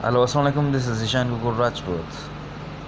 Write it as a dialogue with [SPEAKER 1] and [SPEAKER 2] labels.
[SPEAKER 1] Hello, Assalamualaikum. This is Ishan Gugur Rajput.